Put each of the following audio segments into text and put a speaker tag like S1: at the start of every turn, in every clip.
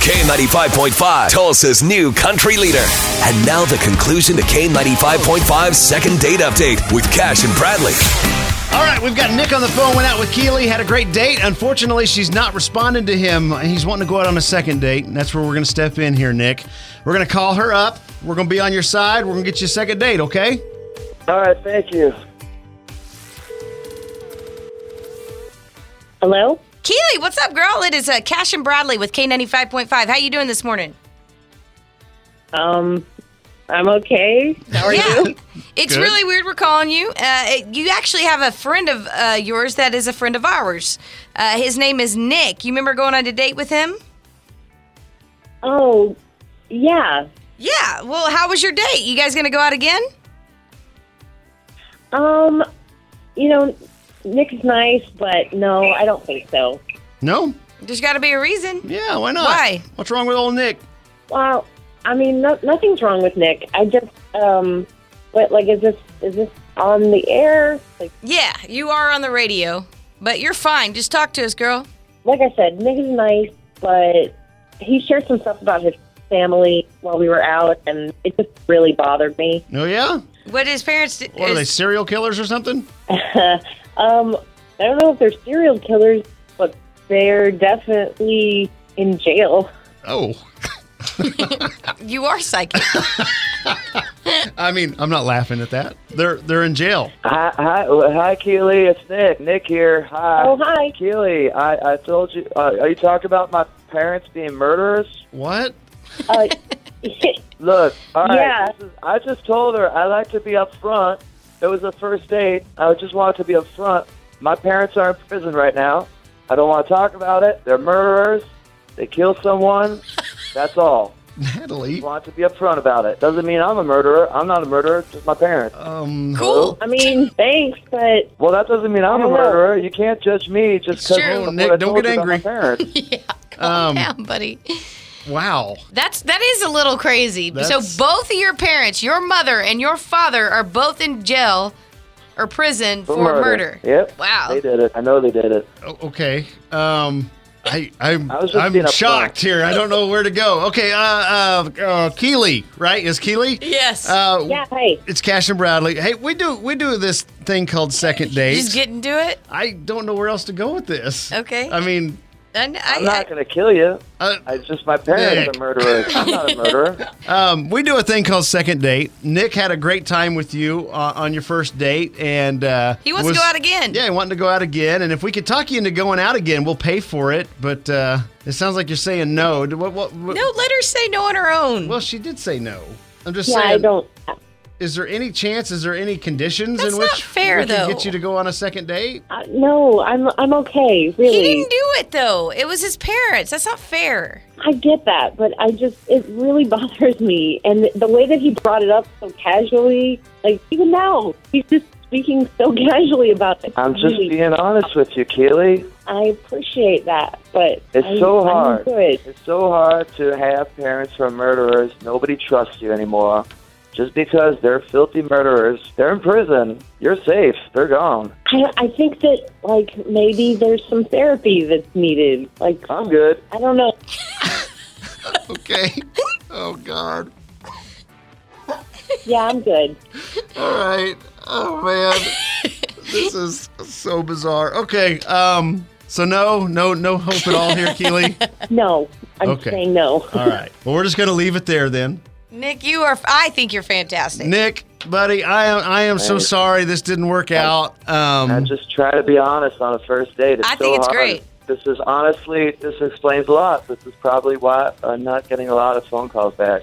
S1: K95.5, Tulsa's new country leader. And now the conclusion to K95.5's second date update with Cash and Bradley.
S2: All right, we've got Nick on the phone. Went out with Keely, had a great date. Unfortunately, she's not responding to him. He's wanting to go out on a second date. and That's where we're going to step in here, Nick. We're going to call her up. We're going to be on your side. We're going to get you a second date, okay?
S3: All right, thank you.
S4: Hello?
S5: Keely, what's up, girl? It is uh, Cash and Bradley with K95.5. How you doing this morning?
S4: Um, I'm okay. How are
S5: yeah.
S4: you?
S5: It's
S2: Good.
S5: really weird we're calling you. Uh, it- you actually have a friend of uh, yours that is a friend of ours. Uh, his name is Nick. You remember going on a date with him?
S4: Oh, yeah.
S5: Yeah. Well, how was your date? You guys going to go out again?
S4: Um, you know, Nick is nice, but no, I don't think so.
S2: No?
S5: There's got to be a reason.
S2: Yeah, why not?
S5: Why?
S2: What's wrong with old Nick?
S4: Well, I mean, no, nothing's wrong with Nick. I just, um, but like, is this is this on the air? Like,
S5: Yeah, you are on the radio, but you're fine. Just talk to us, girl.
S4: like I said, Nick is nice, but he shared some stuff about his family while we were out, and it just really bothered me.
S2: Oh, yeah?
S5: What his parents did.
S2: What are they, serial killers or something?
S4: Um, I don't know if they're serial killers, but they're definitely in jail.
S2: Oh.
S5: You are psychic.
S2: I mean, I'm not laughing at that. They're they're in jail.
S3: Hi, hi, well, hi, Keely. It's Nick. Nick here. Hi.
S4: Oh, hi.
S3: Keely, I, I told you. Uh, are you talking about my parents being murderers?
S2: What?
S4: Uh,
S3: Look, all right.
S4: Yeah.
S3: this is- I just told her I like to be up front. It was the first date. I just wanted to be up front. My parents are in prison right now. I don't want to talk about it. They're murderers. They kill someone. That's all.
S2: Natalie?
S3: Want to be upfront about it. Doesn't mean I'm a murderer. I'm not a murderer. Just my parents.
S2: Um
S5: cool.
S4: I mean, thanks, but
S3: Well, that doesn't mean I'm a
S4: don't know.
S3: murderer. You can't judge me just because.
S5: Sure.
S2: Oh, Nick, don't get angry.
S3: My parents.
S2: Um,
S5: Yeah, buddy.
S2: wow.
S5: That's that is a little crazy. So
S2: That's-
S5: both of your parents, your mother and your father, are both in jail or prison for, murder.
S3: Yep.
S5: Wow.
S3: They did it. I know they did it.
S2: O- okay. Um I I'm
S3: I was just being
S2: I'm
S3: a
S2: shocked
S3: punk.
S2: here. I don't know where to go. Okay, uh uh, uh Keely, right? Is Keely?
S5: Yes.
S2: Uh
S4: yeah, hey.
S2: It's Cash and Bradley. Hey, we do we do this thing called second
S5: Just
S2: dates.
S5: getting to it.
S2: I don't know where else to go with this.
S5: Okay.
S2: I mean,
S5: And I,
S3: I'm not going to kill you.
S2: uh,
S3: I just my parents
S2: Nick.
S3: are murderers. I'm not a murderer.
S2: um, we do a thing called second date. Nick had a great time with you uh, on your first date, and uh,
S5: He wants to go out again.
S2: Yeah, he wanted to go out again. And if we could talk you into going out again, we'll pay for it. But uh, it sounds like you're saying no. Do- What, what, what-
S5: no, let her say no on her own.
S2: Well, she did say no. I'm just
S4: Yeah,
S2: saying.
S4: I don't.
S2: Is there any chance? Is there any conditions
S5: That's
S2: in which
S5: not fair,
S2: we can
S5: though.
S2: get you to go on a second date?
S4: Uh, no, I'm I'm okay,
S5: he
S4: really.
S5: didn't do it though. It was his parents. That's not fair.
S4: I get that, but I just it really bothers me, and the way that he brought it up so casually, like even now, he's just speaking so casually about it.
S3: I'm just
S4: Really,
S3: being honest with you, Keely.
S4: I appreciate that, but
S3: It's
S4: I-
S3: so
S4: I'm
S3: hard.
S4: good.
S3: It's so hard to have parents who are murderers. Nobody trusts you anymore. Just because they're filthy murderers, they're in prison. You're safe. They're gone.
S4: I, I think that like maybe there's some therapy that's needed. Like um,
S3: I'm good.
S4: I don't know.
S2: Okay. oh God.
S4: Yeah, I'm good.
S2: All right. Oh man, this is so bizarre. Okay. Um. So no, no, no hope at all here, Keely.
S4: No, I'm
S2: Okay.
S4: saying no.
S2: All right. Well, we're just gonna leave it there then.
S5: Nick, you are. I think you're fantastic.
S2: Nick, buddy, I am. I am so sorry this didn't work out.
S3: I
S2: Um.
S3: just try to be honest on a first date. It's
S5: I
S3: so
S5: think it's
S3: hard.
S5: great.
S3: This is honestly, this explains a lot. This is probably why I'm not getting a lot of phone calls back.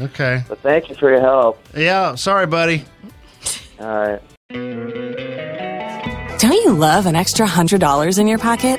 S2: Okay.
S3: But thank you for your help.
S2: Yeah. Sorry, buddy.
S3: All right.
S6: Don't you love an extra $100 in your pocket?